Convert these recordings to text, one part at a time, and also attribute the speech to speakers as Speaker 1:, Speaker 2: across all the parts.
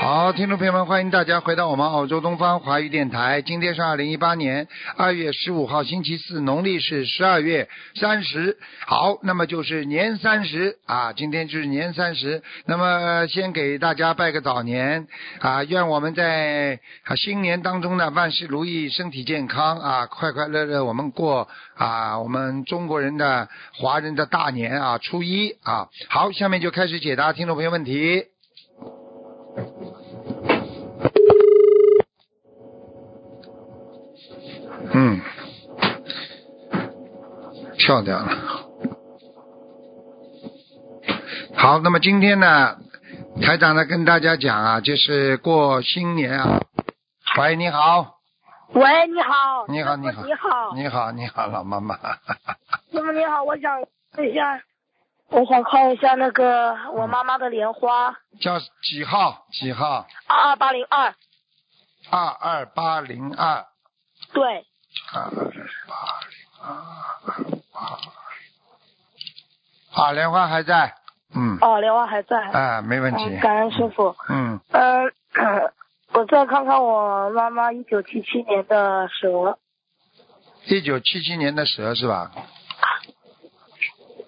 Speaker 1: 好，听众朋友们，欢迎大家回到我们澳洲东方华语电台。今天是二零一八年二月十五号，星期四，农历是十二月三十。好，那么就是年三十啊，今天就是年三十。那么先给大家拜个早年啊，愿我们在啊新年当中呢，万事如意，身体健康啊，快快乐乐我们过啊，我们中国人的华人的大年啊，初一啊。好，下面就开始解答听众朋友问题。嗯，跳掉了。好，那么今天呢，台长呢跟大家讲啊，就是过新年啊。喂，你好，
Speaker 2: 喂，你好，
Speaker 1: 你好，你
Speaker 2: 师
Speaker 1: 好
Speaker 2: 傅
Speaker 1: 你
Speaker 2: 你好，
Speaker 1: 好，你好，老妈 妈。
Speaker 2: 师傅你好，我想看一下，我想看一下那个
Speaker 1: 嗯
Speaker 2: 我妈妈的莲花
Speaker 1: 叫几号？几号？
Speaker 2: 二二八零二，
Speaker 1: 二二八零二。
Speaker 2: 对，
Speaker 1: 二八零二。啊，莲花还在。嗯。
Speaker 2: 哦，莲花还在，
Speaker 1: 啊，没问
Speaker 2: 嗯
Speaker 1: 题。
Speaker 2: 感恩师傅，
Speaker 1: 嗯，
Speaker 2: 嗯，我再看看我妈妈一九七七年的蛇，
Speaker 1: 一九七七年的蛇是吧？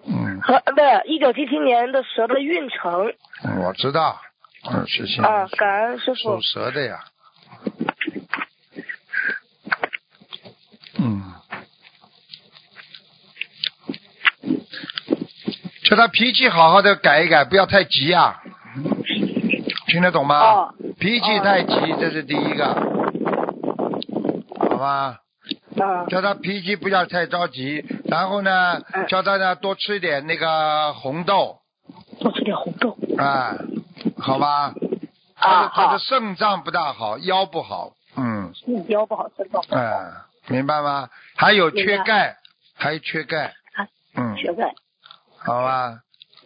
Speaker 1: 嗯，
Speaker 2: 和不是一九七七年的蛇的运程，
Speaker 1: 嗯我知道。嗯，七七
Speaker 2: 啊、
Speaker 1: 年
Speaker 2: 感恩师傅
Speaker 1: 属，蛇的呀。嗯。叫他脾气好好的改一改，不要太急啊，听得懂吗？
Speaker 2: 哦，
Speaker 1: 脾气太急，这是第一个，好吧？
Speaker 2: 嗯，
Speaker 1: 叫他脾气不要太着急，然后呢，
Speaker 2: 嗯
Speaker 1: 叫他呢多吃点那个红豆
Speaker 2: 多吃点红豆，
Speaker 1: 啊、好吧？他
Speaker 2: 啊，
Speaker 1: 的他
Speaker 2: 好
Speaker 1: 的，肾脏不大好，腰不好，嗯
Speaker 2: 嗯腰不好，身高
Speaker 1: 嗯、明白吗？还有
Speaker 2: 明
Speaker 1: 缺
Speaker 2: 白
Speaker 1: 钙，还有缺钙
Speaker 2: 啊，
Speaker 1: 嗯，
Speaker 2: 学哦在，
Speaker 1: 好吧？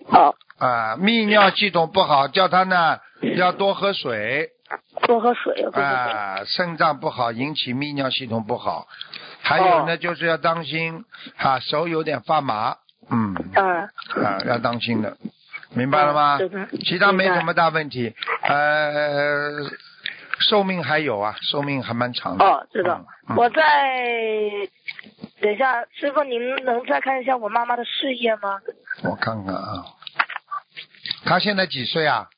Speaker 2: 好，
Speaker 1: 啊、泌尿系统不好，叫他呢要多喝水，
Speaker 2: 多喝水，多喝水。
Speaker 1: 啊，肾脏不好引起泌尿系统不好，还
Speaker 2: 哦
Speaker 1: 有呢、就是要当心啊，手有点发麻，嗯，
Speaker 2: 嗯，
Speaker 1: 啊，要当心的，明白了吗？
Speaker 2: 对的
Speaker 1: 其他没
Speaker 2: 哦明白
Speaker 1: 什么大问题，呃，寿命还有啊，寿命还蛮长的。
Speaker 2: 哦，知道。
Speaker 1: 嗯
Speaker 2: 我再等一下，师傅，您能再看一下我妈妈的事业吗？
Speaker 1: 我看看啊，他现在几岁啊？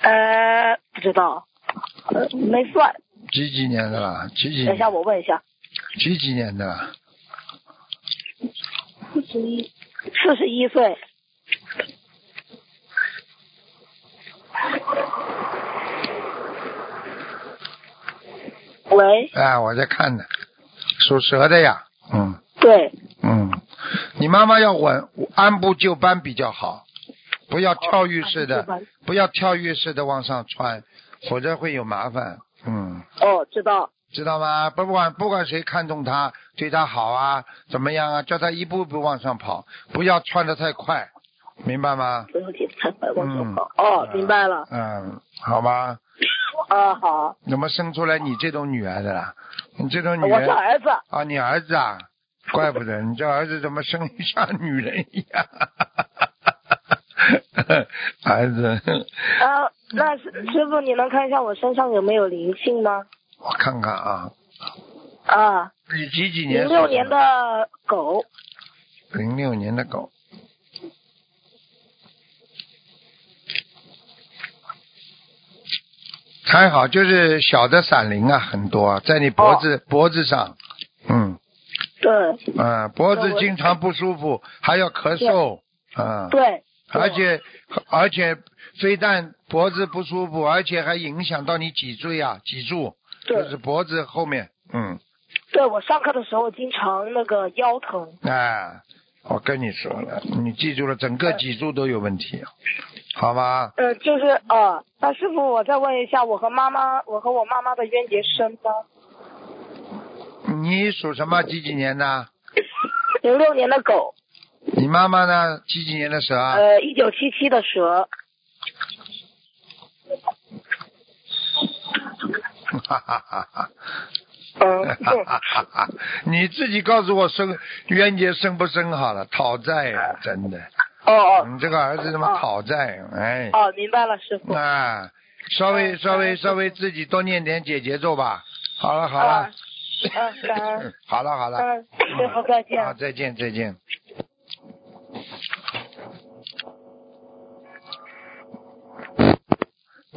Speaker 2: 呃，不知道，呃，没算。
Speaker 1: 几几年的啦？几几
Speaker 2: 等一下，我问一下。
Speaker 1: 几几年的啦？
Speaker 2: 四十一岁，喂，
Speaker 1: 哎，我在看呢，属蛇的呀，嗯。
Speaker 2: 对，
Speaker 1: 嗯，你妈妈要稳，按部就班比较好，不要跳跃式的，
Speaker 2: 哦
Speaker 1: 不要跳跃式的往上窜，否则会有麻烦。嗯，
Speaker 2: 哦，知道，
Speaker 1: 知道吗？不管不管谁看中她，对她好啊，怎么样啊，叫她一步一步往上跑，不要窜得太快，明白吗？
Speaker 2: 不用紧，太快往上跑。
Speaker 1: 嗯
Speaker 2: 哦，明白了。
Speaker 1: 嗯，好吧。
Speaker 2: 啊，好，
Speaker 1: 怎么生出来你这种女儿的啦？你这种女
Speaker 2: 我是
Speaker 1: 儿
Speaker 2: 儿子。
Speaker 1: 啊，你儿子啊，怪不得你这儿子怎么生得像女人一样？ 儿子，
Speaker 2: 啊，那师师傅，你能看一下我身上有没有灵性吗？
Speaker 1: 我看看啊，
Speaker 2: 啊，
Speaker 1: 你几几年
Speaker 2: 零
Speaker 1: 属什么？
Speaker 2: 六年的狗，
Speaker 1: 零六年的狗。还好，就是小的闪灵啊，很多，在你脖
Speaker 2: 哦
Speaker 1: 子、脖子上，嗯，
Speaker 2: 对
Speaker 1: 啊、脖
Speaker 2: 那
Speaker 1: 子
Speaker 2: 我
Speaker 1: 经常不舒服，还要咳嗽，啊、
Speaker 2: 对，
Speaker 1: 而且而且非但脖子不舒服，而且还影响到你脊椎啊，脊柱
Speaker 2: 对
Speaker 1: 就是脖子后面，嗯，
Speaker 2: 对我上课的时候经常那个腰疼，
Speaker 1: 哎，我跟你说了，你记住了，整个脊柱都有问题，啊好吧？
Speaker 2: 呃，就是啊，那师傅，我再问一下，我和妈妈，我和我妈妈的冤结深吗？
Speaker 1: 你属什么？几几年的？
Speaker 2: 零六年的狗，
Speaker 1: 你妈妈呢？几几年的蛇？啊
Speaker 2: 呃，一九七七的蛇，
Speaker 1: 哈哈哈哈
Speaker 2: 嗯，
Speaker 1: 哈哈哈哈！ 你自己告诉我生冤结生不生好了，讨债呀、真的，
Speaker 2: 哦哦
Speaker 1: 嗯你这个儿子他妈讨债，哎。
Speaker 2: 哦，明白了，师傅，
Speaker 1: 啊，稍微
Speaker 3: 嗯
Speaker 1: 稍微
Speaker 3: 嗯
Speaker 1: 稍微自己多念点解节奏吧。好了好了
Speaker 3: 啊，嗯，感恩，
Speaker 1: 好了好了。
Speaker 3: 嗯，师傅再见。
Speaker 1: 好，再见，再见。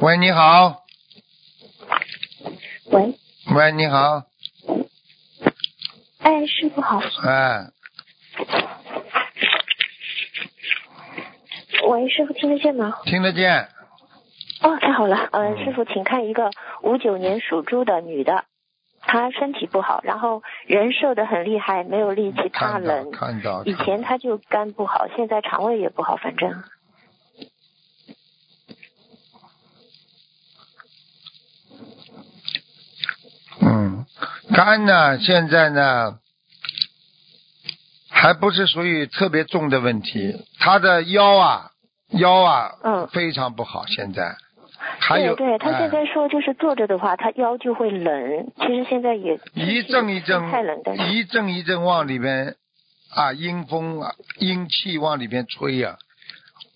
Speaker 1: 喂，你好。
Speaker 2: 喂，
Speaker 1: 喂，你好。
Speaker 2: 哎，师傅好。
Speaker 1: 哎，
Speaker 2: 喂，师傅听得见吗？
Speaker 1: 听得见。
Speaker 2: 哦，太好了。嗯、
Speaker 1: 嗯
Speaker 2: 师傅，请看一个五九年属猪的女的，她身体不好，然后人瘦的很厉害，没有力气，怕
Speaker 1: 看到，
Speaker 2: 冷。
Speaker 1: 看到。
Speaker 2: 以前她就肝不好，现在肠胃也不好，反正
Speaker 1: 嗯，肝呢，现在呢，还不是属于特别重的问题。他的腰啊，腰啊，
Speaker 2: 嗯，
Speaker 1: 非常不好，现在。还有
Speaker 2: 对，对，她现
Speaker 1: 哎
Speaker 2: 在说就是坐着的话，她腰就会冷。其实现在也
Speaker 1: 一阵一阵
Speaker 2: 太冷，但是
Speaker 1: 一阵一阵往里边啊，阴风啊，阴气往里边吹呀、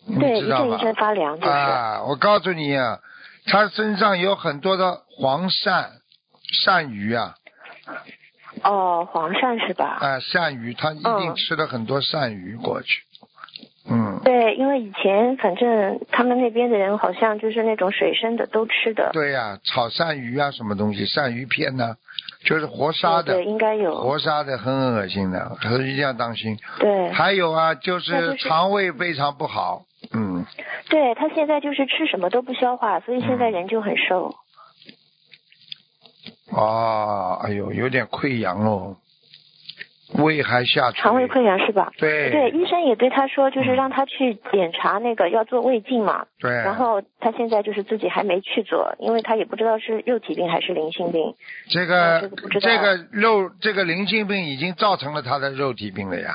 Speaker 1: 你
Speaker 2: 对
Speaker 1: 知
Speaker 2: 一
Speaker 1: 道
Speaker 2: 阵一
Speaker 1: 吧？
Speaker 2: 阵发凉，就是、
Speaker 1: 啊，我告诉你啊，他身上有很多的黄鳝、鳝鱼啊，
Speaker 2: 哦，黄鳝是吧？
Speaker 1: 啊，鳝鱼，他一定
Speaker 2: 嗯
Speaker 1: 吃了很多鳝鱼过去。嗯，
Speaker 2: 对，因为以前反正他们那边的人好像就是那种水生的都吃的，
Speaker 1: 对呀、炒鳝鱼啊，什么东西，鳝鱼片呢、就是活杀的
Speaker 2: 对，，应该有，
Speaker 1: 活杀的很恶心的，所以一定要当心。
Speaker 2: 对，
Speaker 1: 还有啊，就
Speaker 2: 那
Speaker 1: 是
Speaker 2: 就是
Speaker 1: 肠胃非常不好，嗯。
Speaker 2: 对他现在就是吃什么都不消化，所以现在
Speaker 1: 嗯
Speaker 2: 人就很瘦。
Speaker 1: 啊，哎呦，有点溃疡哦，胃还下垂，
Speaker 2: 肠胃溃疡是吧？
Speaker 1: 对
Speaker 2: 对，医生也对他说，就是
Speaker 1: 嗯
Speaker 2: 让他去检查那个要做胃镜嘛。
Speaker 1: 对，
Speaker 2: 然后他现在就是自己还没去做，因为他也不知道是肉体病还是淋性病。
Speaker 1: 这个
Speaker 2: 这个不知道
Speaker 1: 这个肉这个淋性病已经造成了他的肉体病了呀，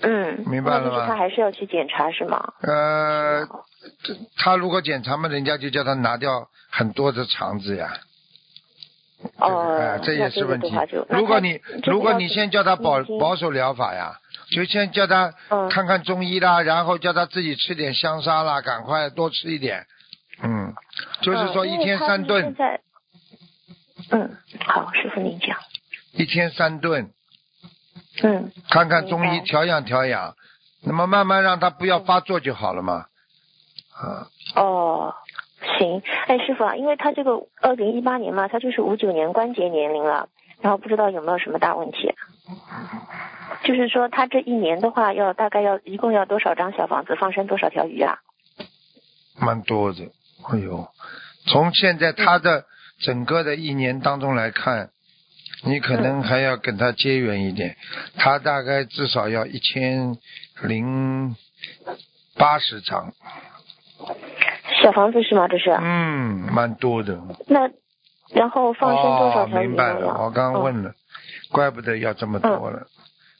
Speaker 2: 嗯，
Speaker 1: 明白了
Speaker 2: 那就
Speaker 1: 吗
Speaker 2: 是他还是要去检查是吗？啊
Speaker 1: 呃，这他如果检查嘛，人家就叫他拿掉很多的肠子呀，这个
Speaker 2: 哦、
Speaker 1: 哎，这也是问
Speaker 2: 那这个的
Speaker 1: 题
Speaker 2: 话就。
Speaker 1: 如果你
Speaker 2: 那他
Speaker 1: 如果你
Speaker 2: 这个要
Speaker 1: 先叫他保
Speaker 2: 念经
Speaker 1: 保守疗法呀，就先叫他
Speaker 2: 嗯
Speaker 1: 看看中医啦，然后叫他自己吃点香砂啦，赶快多吃一点。嗯，就是说
Speaker 2: 嗯
Speaker 1: 一
Speaker 2: 因为
Speaker 1: 天
Speaker 2: 他
Speaker 1: 三
Speaker 2: 现
Speaker 1: 顿，
Speaker 2: 在嗯，好，师傅您讲。
Speaker 1: 一天三顿，
Speaker 2: 嗯，
Speaker 1: 看看中医
Speaker 2: 明白
Speaker 1: 调养调养，那么慢慢让他不要发作就好了嘛。啊，
Speaker 2: 哦，行。哎，师傅啊，因为他这个二零一八年嘛，他就是五九年关节年龄了，然后不知道有没有什么大问题。就是说，他这一年的话，要大概要一共要多少张小房子，放生多少条鱼啊？
Speaker 1: 蛮多的。哎呦，从现在他
Speaker 2: 嗯
Speaker 1: 的整个的一年当中来看，你可能还要跟他结缘一点，
Speaker 2: 嗯
Speaker 1: 他大概至少要一千零八十张，
Speaker 2: 小房子是吗？这是？
Speaker 1: 嗯，蛮多的。
Speaker 2: 那然后放生多少
Speaker 1: 哦，
Speaker 2: 条鱼
Speaker 1: 明
Speaker 2: 呢？
Speaker 1: 白了，我刚
Speaker 2: 嗯
Speaker 1: 问了，怪不得要这么多了，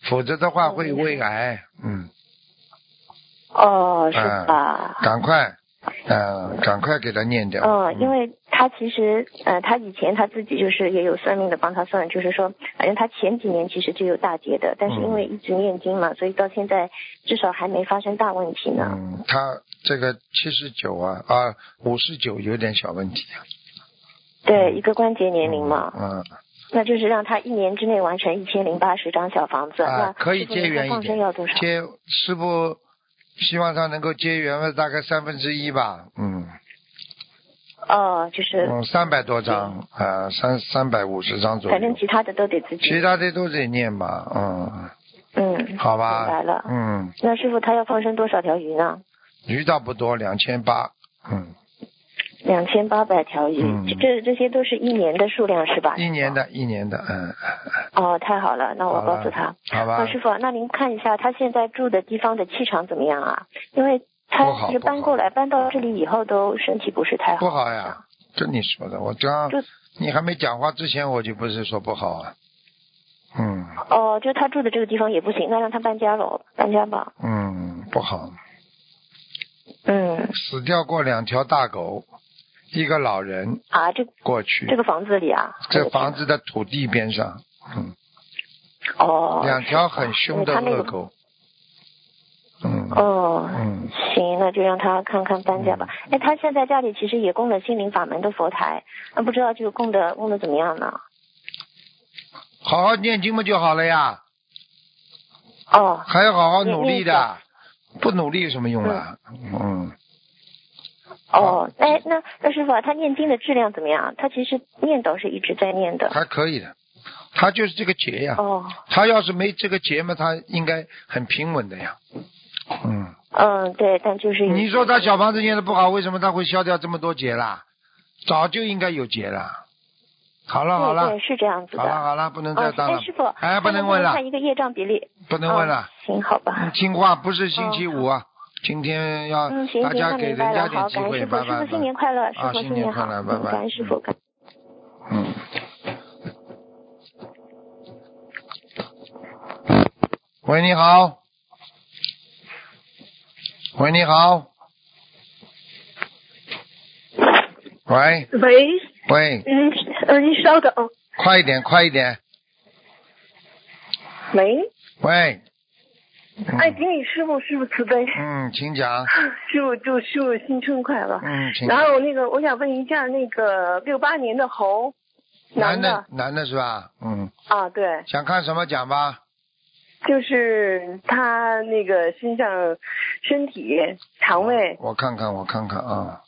Speaker 1: 否则的话会胃癌。嗯，
Speaker 2: 哦，是
Speaker 1: 嗯
Speaker 2: 吧？
Speaker 1: 赶快，嗯，赶快给他念掉。
Speaker 2: 嗯，因为他其实，呃，他以前他自己就是也有算命的帮他算，就是说，反正他前几年其实就有大劫的，但是因为一直念经嘛，所以到现在至少还没发生大问题呢。
Speaker 1: 嗯，他这个七十九啊啊五十九有点小问题啊。
Speaker 2: 对，一个关节年龄嘛，
Speaker 1: 嗯，
Speaker 2: 那就是让他一年之内完成一千零八十张小房子。
Speaker 1: 嗯啊
Speaker 2: 那
Speaker 1: 可以
Speaker 2: 师傅您
Speaker 1: 结缘
Speaker 2: 说
Speaker 1: 一
Speaker 2: 放生
Speaker 1: 点
Speaker 2: 要多少？
Speaker 1: 接师傅希望他能够结缘了大概三分之一吧。嗯
Speaker 2: 哦，就是
Speaker 1: 嗯，三百多张啊，三三百五十张左
Speaker 2: 反正
Speaker 1: 右，
Speaker 2: 其他的都得自己。
Speaker 1: 其他的都得念吧。嗯，
Speaker 2: 嗯，
Speaker 1: 好
Speaker 2: 明白
Speaker 1: 吧。
Speaker 2: 了。
Speaker 1: 嗯，
Speaker 2: 那师傅他要放生多少条鱼呢？
Speaker 1: 鱼倒不多，两千八。嗯，
Speaker 2: 两千八百条鱼，
Speaker 1: 嗯
Speaker 2: 这这些都是一年的数量是吧？
Speaker 1: 一年的，一年的，嗯，
Speaker 2: 哦，太好了，那我
Speaker 1: 好了
Speaker 2: 告诉他。
Speaker 1: 好吧
Speaker 2: 啊，。师傅，那您看一下他现在住的地方的气场怎么样啊？因为
Speaker 1: 不
Speaker 2: 他
Speaker 1: 好
Speaker 2: 就是搬过来，搬到这里以后都身体不是太
Speaker 1: 不
Speaker 2: 好。
Speaker 1: 好呀，这你说的，我刚
Speaker 2: 就
Speaker 1: 你还没讲话之前，我就不是说不好啊。嗯
Speaker 2: 哦，就他住的这个地方也不行，那让他搬家喽，搬家吧。
Speaker 1: 嗯，不好，
Speaker 2: 嗯，
Speaker 1: 死掉过两条大狗，一个老人
Speaker 2: 啊，这
Speaker 1: 过去，
Speaker 2: 这个房子里啊，
Speaker 1: 嗯这房子的土地边上，嗯，
Speaker 2: 哦，
Speaker 1: 两条很凶的
Speaker 2: 因为他那
Speaker 1: 恶
Speaker 2: 个
Speaker 1: 狗，嗯，嗯
Speaker 4: 哦，
Speaker 1: 嗯，
Speaker 4: 行，那就让他看看搬家吧。哎，他现在家里其实也供了心灵法门的佛台，那不知道就供的供的怎么样呢？
Speaker 1: 好好念经不就好了呀？
Speaker 4: 哦，
Speaker 1: 还要好好
Speaker 4: 念
Speaker 1: 努力
Speaker 4: 念
Speaker 1: 的，不努力有什么用啊？嗯，
Speaker 4: 哦，哎，那那师傅啊，他念经的质量怎么样？他其实念叨是一直在念的。
Speaker 1: 还可以的。他就是这个劫呀，
Speaker 4: 哦，
Speaker 1: 他要是没这个劫嘛，他应该很平稳的呀。嗯，
Speaker 4: 嗯，对，但就是有
Speaker 1: 你说他小房子念的不好，为什么他会消掉这么多劫啦？早就应该有劫了。好了好
Speaker 4: 对
Speaker 1: 了
Speaker 4: 对，是这样子
Speaker 1: 好了
Speaker 4: 的。
Speaker 1: 好了，不能再
Speaker 4: 哦，
Speaker 1: 当了
Speaker 4: 哎，，师傅，
Speaker 1: 哎，不
Speaker 4: 他
Speaker 1: 能问了，
Speaker 4: 看一个业障比例，
Speaker 1: 不能问了
Speaker 4: 哦。行，好
Speaker 1: 你
Speaker 4: 吧。
Speaker 1: 听话，不是星期五啊，今天要
Speaker 4: 哦嗯，行
Speaker 1: 大
Speaker 4: 行，
Speaker 1: 家
Speaker 4: 那
Speaker 1: 给
Speaker 4: 明
Speaker 1: 人
Speaker 4: 白
Speaker 1: 家
Speaker 4: 了。
Speaker 1: 点
Speaker 4: 好，
Speaker 1: 机
Speaker 4: 感恩
Speaker 1: 会，
Speaker 4: 师
Speaker 1: 拜
Speaker 4: 傅，
Speaker 1: 拜
Speaker 4: 师。傅
Speaker 1: 拜
Speaker 4: 新年快乐，师
Speaker 1: 啊
Speaker 4: 傅
Speaker 1: 新年
Speaker 4: 年
Speaker 1: 快
Speaker 4: 好，
Speaker 1: 乐
Speaker 4: 嗯
Speaker 1: 拜拜
Speaker 4: 感恩师傅，感。
Speaker 1: 嗯。喂，你好。喂，你好。喂
Speaker 2: 喂，
Speaker 1: 喂，
Speaker 2: 嗯嗯，您稍等。
Speaker 1: 快一点，快一点。
Speaker 2: 喂，
Speaker 1: 喂。
Speaker 2: 哎，顶礼师傅，师傅慈悲，
Speaker 1: 嗯，请讲。
Speaker 2: 师傅祝师傅新春快乐。
Speaker 1: 嗯，请
Speaker 2: 然
Speaker 1: 讲。
Speaker 2: 后那个，我想问一下，那个六八年的猴，
Speaker 1: 男
Speaker 2: 的
Speaker 1: 的，男的是吧？嗯，
Speaker 2: 啊，对，
Speaker 1: 想看什么讲吧。
Speaker 2: 就是他那个身上、身体、肠胃，
Speaker 1: 我看看，我看看啊。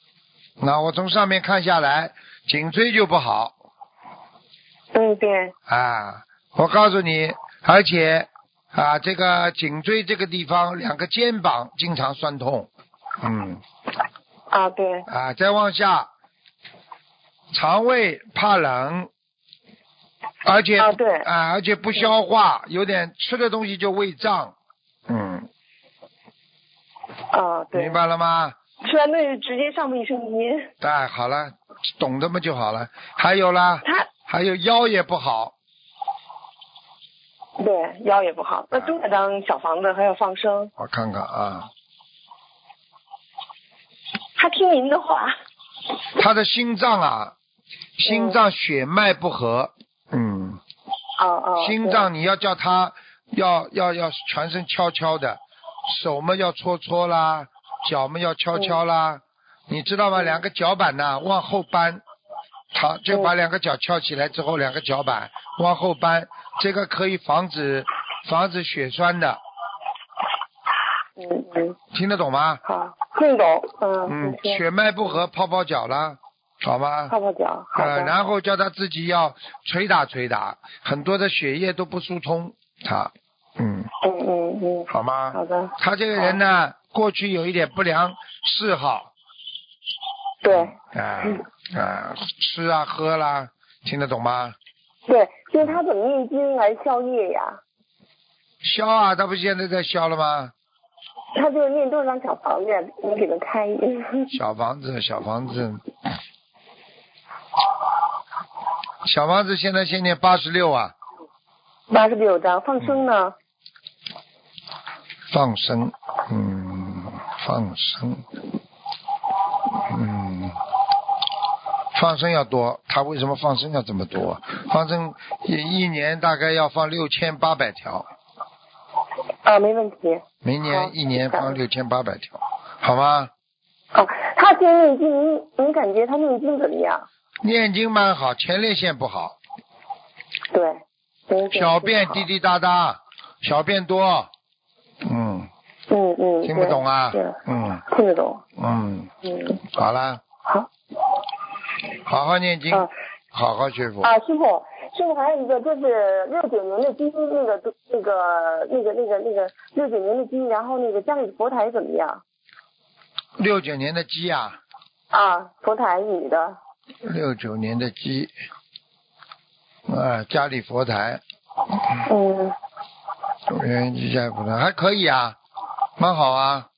Speaker 1: 那我从上面看下来，颈椎就不好
Speaker 2: 嗯，对，
Speaker 1: 啊。我告诉你，而且啊，这个颈椎这个地方，两个肩膀经常酸痛，嗯
Speaker 2: 啊，对，
Speaker 1: 啊，再往下，肠胃怕冷，而且
Speaker 2: 啊，对，
Speaker 1: 啊，而且不消化，有点吃的东西就胃胀，嗯，
Speaker 2: 啊，对
Speaker 1: 明，白了吗？
Speaker 2: 说那直接上卫生间，
Speaker 1: 哎，好了，懂的嘛就好了。还有啦，
Speaker 2: 他
Speaker 1: 还有腰也不好，
Speaker 2: 对腰也不好，那多少张小房子还要放生？
Speaker 1: 我看看啊，
Speaker 2: 他听您的话，
Speaker 1: 他的心脏啊，心脏血脉不和，嗯，
Speaker 2: 啊啊，
Speaker 1: 心脏你要叫他要要要全身敲敲的，手嘛要搓搓啦，脚嘛要敲敲啦，你知道吗？两个脚板呐往后扳，他就把两个脚翘起来之后，两个脚板往后扳，这个可以防止防止血栓的，
Speaker 2: 对，嗯嗯，
Speaker 1: 听得懂吗？
Speaker 2: 好，听懂，
Speaker 1: 嗯
Speaker 2: 嗯，，行，
Speaker 1: 血脉不和，泡泡脚啦，好吗？
Speaker 2: 泡泡脚，好
Speaker 1: 呃，
Speaker 2: 的，
Speaker 1: 然后叫他自己要捶打捶打，很多的血液都不疏通，他，嗯，
Speaker 2: 嗯嗯嗯，
Speaker 1: 好吗？
Speaker 2: 好的，
Speaker 1: 他这个人呢，过去有一点不良嗜好，
Speaker 2: 对
Speaker 1: 啊、
Speaker 2: 嗯
Speaker 1: 啊、吃啊喝啦，听得懂吗？
Speaker 2: 对，就是他怎么念经来消业呀？
Speaker 1: 消啊，他不现在在消了吗？
Speaker 2: 他就是念多少张小房子，你给他开一个。
Speaker 1: 小房子，小房子，小房子现在先念八十六啊，
Speaker 2: 八十九张，放生呢？
Speaker 1: 放生，嗯，放生，嗯，放生要多。他为什么放生要这么多？放生一一年大概要放六千八百条，
Speaker 2: 啊，没问题。
Speaker 1: 明
Speaker 2: 好
Speaker 1: 年一年
Speaker 2: 好
Speaker 1: 放六千八百条，好吗？
Speaker 2: 啊，他现在念经，您您感觉他念经怎么样？
Speaker 1: 念经蛮好，前列腺不好，
Speaker 2: 对，您觉得
Speaker 1: 小便
Speaker 2: 好
Speaker 1: 滴。滴答答，小便多，嗯，
Speaker 2: 嗯嗯。
Speaker 1: 听不懂啊
Speaker 2: 对，
Speaker 1: 嗯
Speaker 2: 对听得懂。
Speaker 1: 嗯，
Speaker 2: 嗯，
Speaker 1: 好啦，
Speaker 2: 好。
Speaker 1: 好好念经，
Speaker 2: 啊
Speaker 1: 好好学佛，
Speaker 2: 啊，师傅，师傅还有一个就是六九年的鸡，那个那个那个那个那个六九年的鸡，然后那个家里的佛台怎么样？
Speaker 1: 六九年的鸡啊。
Speaker 2: 啊，佛台女的。
Speaker 1: 六九年的鸡，啊，家里佛台，
Speaker 2: 嗯，
Speaker 1: 原鸡家里佛台还可以啊，蛮好啊。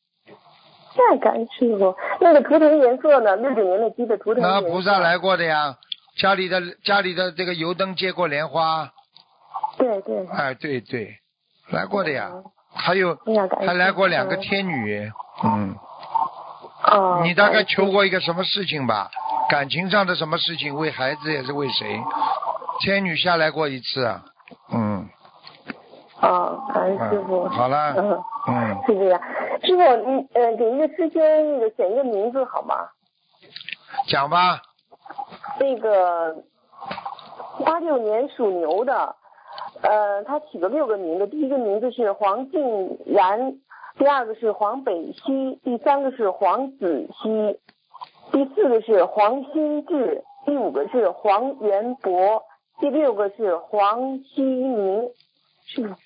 Speaker 2: 那感恩师傅。那个图腾颜色呢？六九年的鸡的图腾颜
Speaker 1: 那
Speaker 2: 色。
Speaker 1: 菩萨来过的呀，家里的家里的这个油灯接过莲花，
Speaker 2: 对对。
Speaker 1: 哎，对对，来过的呀。还有
Speaker 2: 哎呀，感恩
Speaker 1: 还来过两个
Speaker 2: 师
Speaker 1: 天女，嗯，
Speaker 2: 傅哦，
Speaker 1: 你大
Speaker 2: 感
Speaker 1: 概
Speaker 2: 恩师
Speaker 1: 求过一个什么事情吧？感情上的什么事情？为孩子也是为谁？天女下来过一次啊，嗯，
Speaker 2: 哦，感恩师傅。
Speaker 1: 好了，
Speaker 2: 嗯，
Speaker 1: 嗯。
Speaker 2: 是这样。师师傅，你呃给一个师兄那个选一个名字好吗？
Speaker 1: 讲吧，
Speaker 2: 那个八六年属牛的，呃，他起了六个名字，第一个名字是黄静然，第二个是黄北西，第三个是黄子熙，第四个是黄新志，第五个是黄元博，第六个是黄希明，是吗，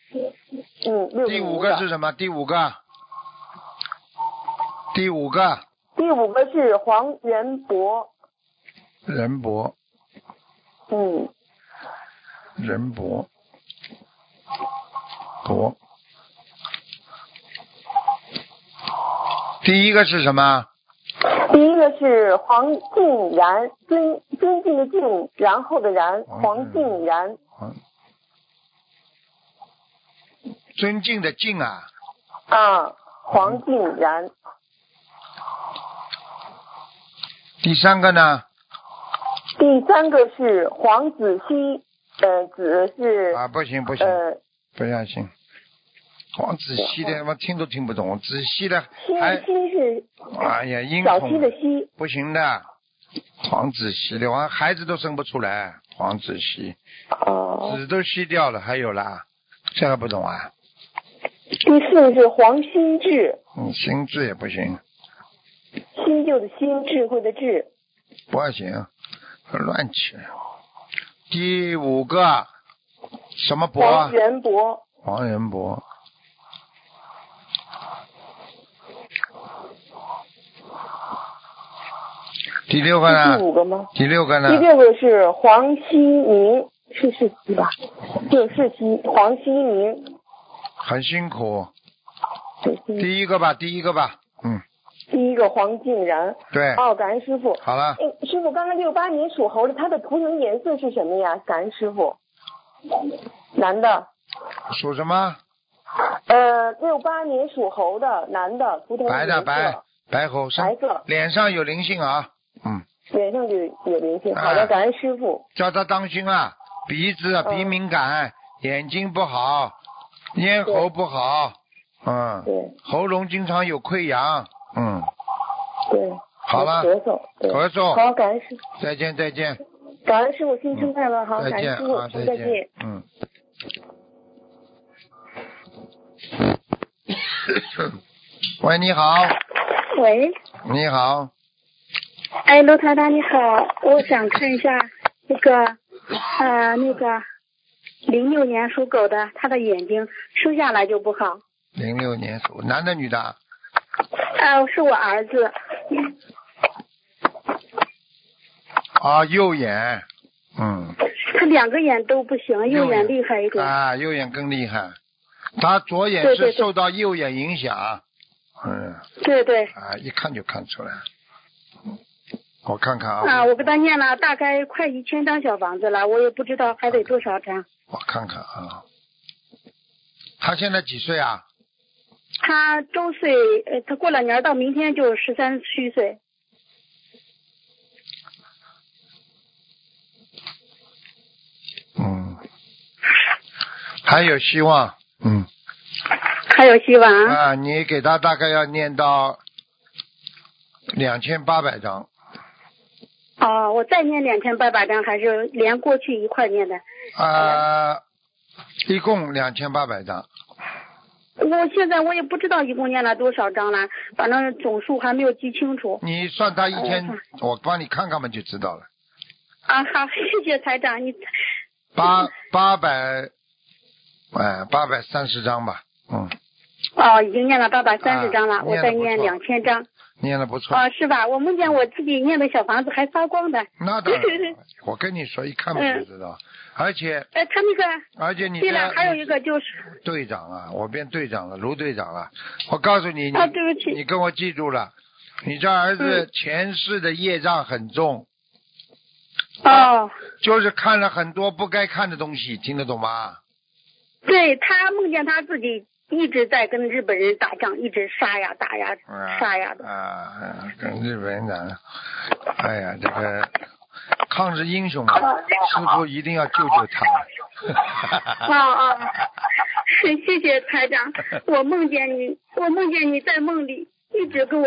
Speaker 2: 嗯，六个
Speaker 1: 第五
Speaker 2: 名
Speaker 1: 个
Speaker 2: 字
Speaker 1: 是什么？第五个，第五个
Speaker 2: 第五个是黄元博，
Speaker 1: 任博，
Speaker 2: 嗯，
Speaker 1: 任博，博。第一个是什么？
Speaker 2: 第一个是黄敬然，尊尊敬的敬，然后的然，
Speaker 1: 黄
Speaker 2: 黄
Speaker 1: 敬
Speaker 2: 敬然，
Speaker 1: 嗯尊敬的敬啊，
Speaker 2: 啊，黄敬然。
Speaker 1: 第三个呢？
Speaker 2: 第三个是黄子熙，呃，子是
Speaker 1: 啊，不行不行，
Speaker 2: 呃，
Speaker 1: 不相信。黄子熙的，我听都听不懂。子熙的
Speaker 2: 熙
Speaker 1: 还，
Speaker 2: 熙是
Speaker 1: 哎呀，音
Speaker 2: 小溪
Speaker 1: 孔
Speaker 2: 的溪，
Speaker 1: 不行的。黄子熙的，我孩子都生不出来。黄子熙，
Speaker 2: 哦。
Speaker 1: 子都吸掉了，还有啦，这还不懂啊？
Speaker 2: 第四个是黄心智，
Speaker 1: 嗯，心智也不行，
Speaker 2: 新旧的新，智慧的智，
Speaker 1: 不行，乱起来。第五个，什么博啊
Speaker 2: 黄？元博，
Speaker 1: 黄仁博。第六个
Speaker 2: 第
Speaker 1: 呢？
Speaker 2: 五个吗？
Speaker 1: 第六个
Speaker 2: 第
Speaker 1: 呢？
Speaker 2: 六个是黄希明，是是熙吧？对，是熙，黄希明。
Speaker 1: 很辛苦。
Speaker 2: 对熙
Speaker 1: 第一个吧，第一个吧。嗯，
Speaker 2: 第一个黄静然。
Speaker 1: 对。
Speaker 2: 哦，感恩师傅。
Speaker 1: 好了，
Speaker 2: 哎，师傅，刚才六八年属猴的，他的图腾颜色是什么呀？感恩师傅。男的，
Speaker 1: 属什么？
Speaker 2: 呃，六八年属猴的男的，图腾
Speaker 1: 白
Speaker 2: 颜色
Speaker 1: 的白，白猴身
Speaker 2: 白色，
Speaker 1: 脸上有灵性啊。嗯，
Speaker 2: 脸上就有灵性。
Speaker 1: 啊
Speaker 2: 好的，感恩师傅。
Speaker 1: 叫他当心啊，鼻子啊
Speaker 2: 嗯
Speaker 1: 鼻敏感，眼睛不好，咽喉
Speaker 2: 对
Speaker 1: 不好，嗯，
Speaker 2: 对
Speaker 1: 喉咙经常有溃疡，嗯，
Speaker 2: 对。
Speaker 1: 好了
Speaker 2: 咳嗽，对
Speaker 1: 咳嗽
Speaker 2: 好，感恩师，
Speaker 1: 再见再见。
Speaker 2: 感恩师傅，新春快乐，好，
Speaker 1: 再
Speaker 2: 感
Speaker 1: 见
Speaker 2: 恩师傅
Speaker 1: 啊，，
Speaker 2: 再见。。
Speaker 1: 嗯。喂，你好，
Speaker 5: 喂，
Speaker 1: 你好，
Speaker 5: 哎，罗台长你好，我想看一下那个呃那个零六年属狗的，他的眼睛生下来就不好。
Speaker 1: 零六年属男的女啊的，
Speaker 5: 呃，是我儿子，嗯
Speaker 1: 啊，右眼，嗯，
Speaker 5: 他两个眼都不行，
Speaker 1: 右
Speaker 5: 右
Speaker 1: 眼
Speaker 5: 眼厉害一点。
Speaker 1: 啊，右眼更厉害，他左眼
Speaker 5: 对对
Speaker 1: 是
Speaker 5: 对
Speaker 1: 受到右眼影响，嗯，
Speaker 5: 对对。
Speaker 1: 啊，一看就看出来，我看看
Speaker 5: 啊、
Speaker 1: 啊，
Speaker 5: 我给他念了大概快一千张小房子了，我也不知道还得多少张。
Speaker 1: 我看看啊，他现在几岁啊？
Speaker 5: 他周岁，呃，他过了年儿到明天就十三虚岁。
Speaker 1: 嗯，还有希望。嗯
Speaker 5: 还有希望啊，
Speaker 1: 啊，你给他大概要念到两千八百章，
Speaker 5: 哦，我再念两千八百张，还是连过去一块念的？
Speaker 1: 啊，
Speaker 5: 嗯
Speaker 1: 一共两千八百章。
Speaker 5: 我现在我也不知道一共念了多少章了，反正总数还没有记清楚。
Speaker 1: 你算他一天
Speaker 5: 哎呀，
Speaker 1: 我帮你看看嘛，就知道了。
Speaker 5: 啊，好，谢谢台长，你嗯
Speaker 1: 八八百，哎，八百三十章吧。嗯，
Speaker 5: 哦，已经念了八百三
Speaker 1: 啊
Speaker 5: 十章了，我再
Speaker 1: 念
Speaker 5: 念
Speaker 1: 得不
Speaker 5: 两千章。
Speaker 1: 念的不错。
Speaker 5: 哦，是吧？我梦见我自己念的小房子还发光的。
Speaker 1: 那当 然，我跟你说，一看嘛就知道。而且
Speaker 5: 哎，他那个，
Speaker 1: 而且你
Speaker 5: 嗯对了，
Speaker 1: 这
Speaker 5: 还有一个就是，
Speaker 1: 队长啊，我变队长了，卢队长了。我告诉你，你、
Speaker 5: 啊，对不起，嗯
Speaker 1: 你跟我记住了，你这儿子前世的业障很重，
Speaker 5: 哦，
Speaker 1: 就是看了很多不该看的东西，听得懂吗？
Speaker 5: 对他梦见他自己一直在跟日本人打仗，一直杀呀打呀
Speaker 1: 啊
Speaker 5: 杀呀的。
Speaker 1: 啊，跟日本人打，哎呀，这个抗日英雄啊，啊师傅一定要救救他。
Speaker 5: 哦哦，是谢谢台长，我梦见你，我梦见你在梦里一直跟我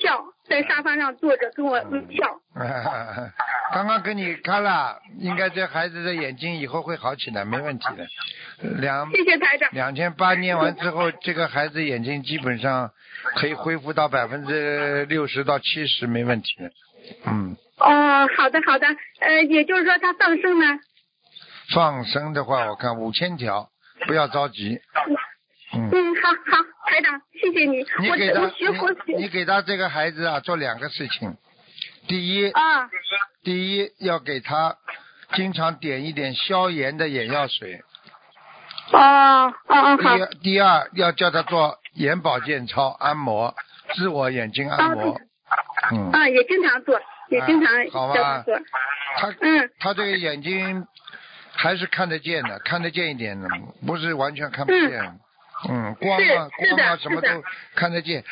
Speaker 5: 笑，在沙发上坐着跟我
Speaker 1: 嗯
Speaker 5: 微笑。
Speaker 1: 啊刚刚给你看了，应该这孩子的眼睛以后会好起来，没问题的。两
Speaker 5: 谢谢台长。
Speaker 1: 两千八念完之后，这个孩子眼睛基本上可以恢复到百分之六十到七十，没问题的。嗯，
Speaker 5: 哦，好的好的，呃，也就是说他放生呢，
Speaker 1: 放生的
Speaker 5: 嗯
Speaker 1: 话，我看五千条，不要着急。嗯，
Speaker 5: 嗯，好好，台长，谢谢你，
Speaker 1: 你
Speaker 5: 我
Speaker 1: 给他
Speaker 5: 我学佛
Speaker 1: 你你
Speaker 5: 学
Speaker 1: 给他这个孩子啊做两个事情，第一，
Speaker 5: 啊，
Speaker 1: 第一要给他经常点一点消炎的眼药水。
Speaker 5: 哦哦哦
Speaker 1: 第
Speaker 5: 好，
Speaker 1: 二，第二要叫他做眼保健操、按摩、自我眼睛按摩。嗯，
Speaker 5: 啊也经常做，也经常
Speaker 1: 哎好吧
Speaker 5: 叫他做，
Speaker 1: 他
Speaker 5: 嗯
Speaker 1: 他这个眼睛还是看得见的，看得见一点的，不是完全看不见。嗯，光啊
Speaker 5: 是是的
Speaker 1: 光啊什么
Speaker 5: 是
Speaker 1: 都
Speaker 5: 的嗯
Speaker 1: 看得见，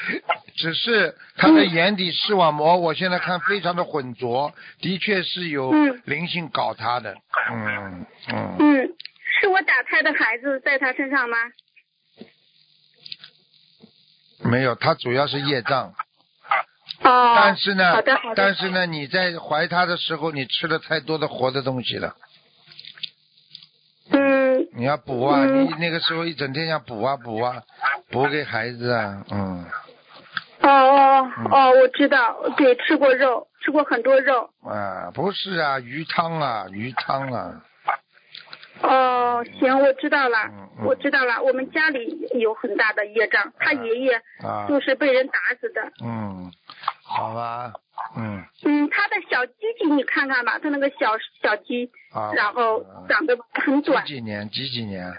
Speaker 1: 只是他的眼底视网膜，我现在看非常的浑浊，的确是有
Speaker 5: 嗯
Speaker 1: 灵性搞他的。嗯嗯。
Speaker 5: 嗯，是我打胎的孩子在他身上吗？
Speaker 1: 没有，他主要是业障。
Speaker 5: 哦，
Speaker 1: 但是呢，
Speaker 5: 好的好的
Speaker 1: 但是呢，你在怀他的时候，你吃了太多的活的东西了，
Speaker 5: 嗯
Speaker 1: 你要补啊！
Speaker 5: 嗯
Speaker 1: 你那个时候一整天要补啊补啊，补给孩子啊，嗯
Speaker 5: 哦哦
Speaker 1: 嗯
Speaker 5: 哦，我知道，对，吃过肉，吃过很多肉，
Speaker 1: 啊，不是啊，鱼汤啊，鱼汤啊，
Speaker 5: 哦，行，我知道了
Speaker 1: 嗯，嗯
Speaker 5: 我知道了。我们家里有很大的业障，他爷爷
Speaker 1: 啊，
Speaker 5: 就是被人打死的。
Speaker 1: 嗯，好吧，嗯
Speaker 5: 嗯，他的小鸡鸡你看看吧，他那个小小鸡，
Speaker 1: 啊，
Speaker 5: 然后
Speaker 1: 啊
Speaker 5: 长得很短。
Speaker 1: 几几年？几几年？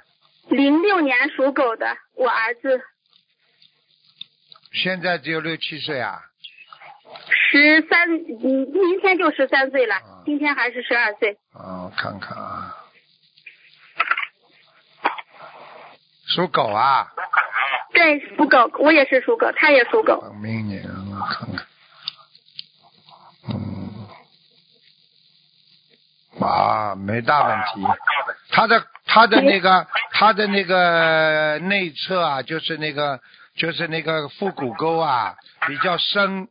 Speaker 5: 零六年属狗的，我儿子
Speaker 1: 现在只有六七岁啊，
Speaker 5: 十三，嗯，明天就十三岁了
Speaker 1: 啊，
Speaker 5: 今天还是十二岁。
Speaker 1: 啊，我看看啊，属狗啊，
Speaker 5: 对，属狗，我也是属狗，他也属狗。
Speaker 1: 啊，明年我看看，嗯，啊，没大问题。他的他的那个他的那个内侧啊，就是那个就是那个腹股沟啊比较深，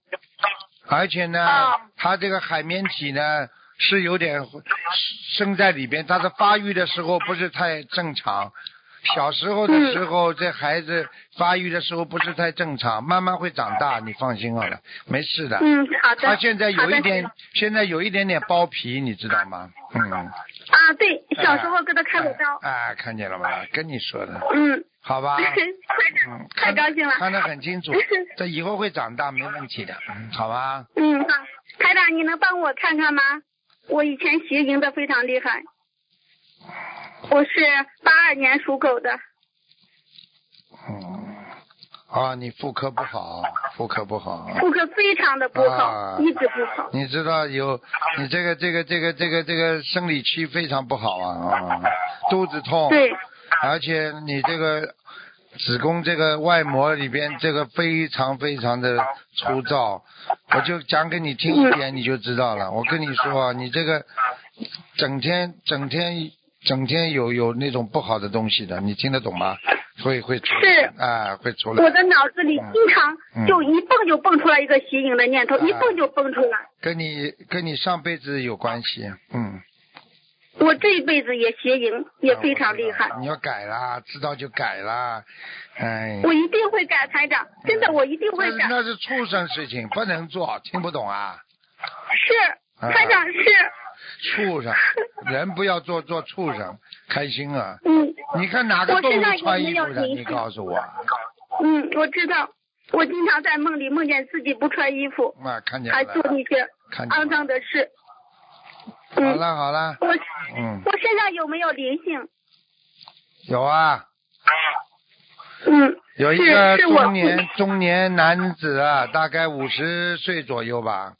Speaker 1: 而且呢
Speaker 5: 啊，
Speaker 1: 他这个海绵体呢是有点生在里边，他的发育的时候不是太正常。小时候的时候，这孩子发育的时候不是太正常，慢慢会长大，你放心好了，没事的。
Speaker 5: 嗯，好的。
Speaker 1: 啊他现在有一点
Speaker 5: 好的，
Speaker 1: 现在有一点点包皮，你知道吗？嗯。
Speaker 5: 啊，对，小时候给他开过刀。
Speaker 1: 哎、哎看见了吧？跟你说的，
Speaker 5: 嗯，
Speaker 1: 好吧。嗯，
Speaker 5: 太
Speaker 1: 看得
Speaker 5: 高兴了。
Speaker 1: 看得很清楚，这以后会长大，没问题的，嗯好吧？
Speaker 5: 嗯，好，台长，你能帮我看看吗？我以前邪淫的非常厉
Speaker 1: 啊
Speaker 5: 害，我是八二年属狗的。
Speaker 1: 嗯，啊，你妇科不好，妇科不好，
Speaker 5: 妇科非常的不好，
Speaker 1: 啊
Speaker 5: 一直不好。
Speaker 1: 你知道有你这个这个这个这个这个生理期非常不好啊，啊，肚子痛，
Speaker 5: 对，
Speaker 1: 而且你这个子宫这个外膜里边这个非常非常的粗糙，我就讲给你听一点你就知道了。我跟你说啊，你这个整天整天整天有有那种不好的东西的，你听得懂吗？会会出来
Speaker 5: 是
Speaker 1: 啊，会出
Speaker 5: 我
Speaker 1: 来。
Speaker 5: 的脑子里经常
Speaker 1: 嗯
Speaker 5: 就一蹦就蹦出来一个邪淫的念头，
Speaker 1: 啊
Speaker 5: 一蹦就蹦出来。
Speaker 1: 跟你跟你上辈子有关系，嗯，
Speaker 5: 我这一辈子也邪淫，也非常厉害
Speaker 1: 啊。你要改啦，知道就改啦，哎，
Speaker 5: 我一定会改，台长，真的，我一定会
Speaker 1: 那
Speaker 5: 改。
Speaker 1: 嗯那是畜生事情，不能做，听不懂啊？
Speaker 5: 是，
Speaker 1: 啊
Speaker 5: 台长是，
Speaker 1: 畜 生，人不要做做畜生，开心啊！
Speaker 5: 嗯
Speaker 1: 你看哪个
Speaker 5: 我
Speaker 1: 动
Speaker 5: 身上
Speaker 1: 物
Speaker 5: 有
Speaker 1: 穿
Speaker 5: 没
Speaker 1: 衣
Speaker 5: 有
Speaker 1: 服的？
Speaker 5: 灵
Speaker 1: 你
Speaker 5: 性
Speaker 1: 告诉我，
Speaker 5: 嗯，我知道。我经常在梦里梦见自己不穿衣服，
Speaker 1: 啊，看见
Speaker 5: 还
Speaker 1: 了
Speaker 5: 做，那些
Speaker 1: 看见
Speaker 5: 肮
Speaker 1: 了。
Speaker 5: 脏的事。
Speaker 1: 好
Speaker 5: 嗯，
Speaker 1: 了好了，
Speaker 5: 我
Speaker 1: 嗯，
Speaker 5: 我身上有没有灵性？
Speaker 1: 有啊，
Speaker 5: 嗯，
Speaker 1: 有一
Speaker 5: 是
Speaker 1: 个
Speaker 5: 是我
Speaker 1: 中年中年男子啊，大概五十岁左右吧。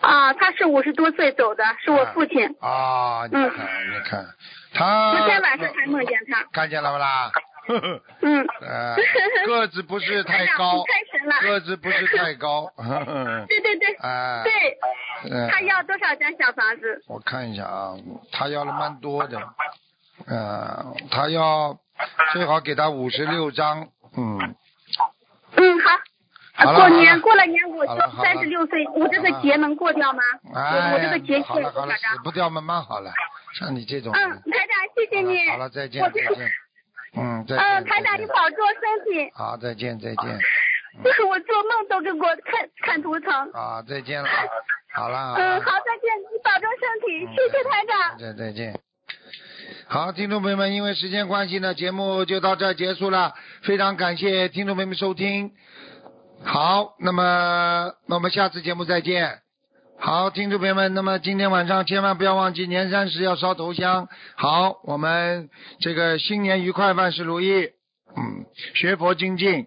Speaker 5: 啊，他是五十多岁走的，是我父亲。
Speaker 1: 啊，你
Speaker 5: 嗯
Speaker 1: 看你看，他
Speaker 5: 昨天晚
Speaker 1: 嗯
Speaker 5: 上还梦见他。
Speaker 1: 看见了不啦？ 呵呵，
Speaker 5: 嗯，
Speaker 1: 呃，个子不是太
Speaker 5: 台长
Speaker 1: 高
Speaker 5: 你，太神了。
Speaker 1: 个子不是太高， 呃呵呵，
Speaker 5: 对对对，
Speaker 1: 啊，
Speaker 5: 对，
Speaker 1: 嗯
Speaker 5: 他要多少间小房子？
Speaker 1: 我看一下啊，他要了蛮多的，
Speaker 5: 啊
Speaker 1: 呃，他要最好给他五十六张，嗯，好了
Speaker 5: 过年过了年，我
Speaker 1: 好
Speaker 5: 就
Speaker 1: 了好了嗯
Speaker 5: 三十六岁，我这个劫能过掉吗？
Speaker 1: 哎
Speaker 5: 我这
Speaker 1: 呀
Speaker 5: 个劫
Speaker 1: 好了
Speaker 5: 过
Speaker 1: 好
Speaker 5: 不
Speaker 1: 了，
Speaker 5: 了
Speaker 1: 死不掉慢慢好了。像你这种
Speaker 5: 嗯，
Speaker 1: 人，
Speaker 5: 台长，谢谢你。
Speaker 1: 好了好了，再见
Speaker 5: 我
Speaker 1: 再见。嗯，再见。
Speaker 5: 嗯，台
Speaker 1: 再
Speaker 5: 长，你
Speaker 1: 见
Speaker 5: 保重身体。
Speaker 1: 好，再见再见。
Speaker 5: 嗯
Speaker 1: 嗯
Speaker 5: 就是我做梦都给我看看图腾。
Speaker 1: 啊，再见了。好了。嗯
Speaker 5: 嗯，好，再见，你保重身体，谢谢台长。
Speaker 1: 再再见。好，听众朋友们，因为时间关系呢，节目就到这儿结束了。非常感谢听众朋友们收听。好，那么那我们下次节目再见。好，听众朋友们，那么今天晚上千万不要忘记年三十要烧头香。好，我们这个新年愉快，万事如意。嗯，学佛精进，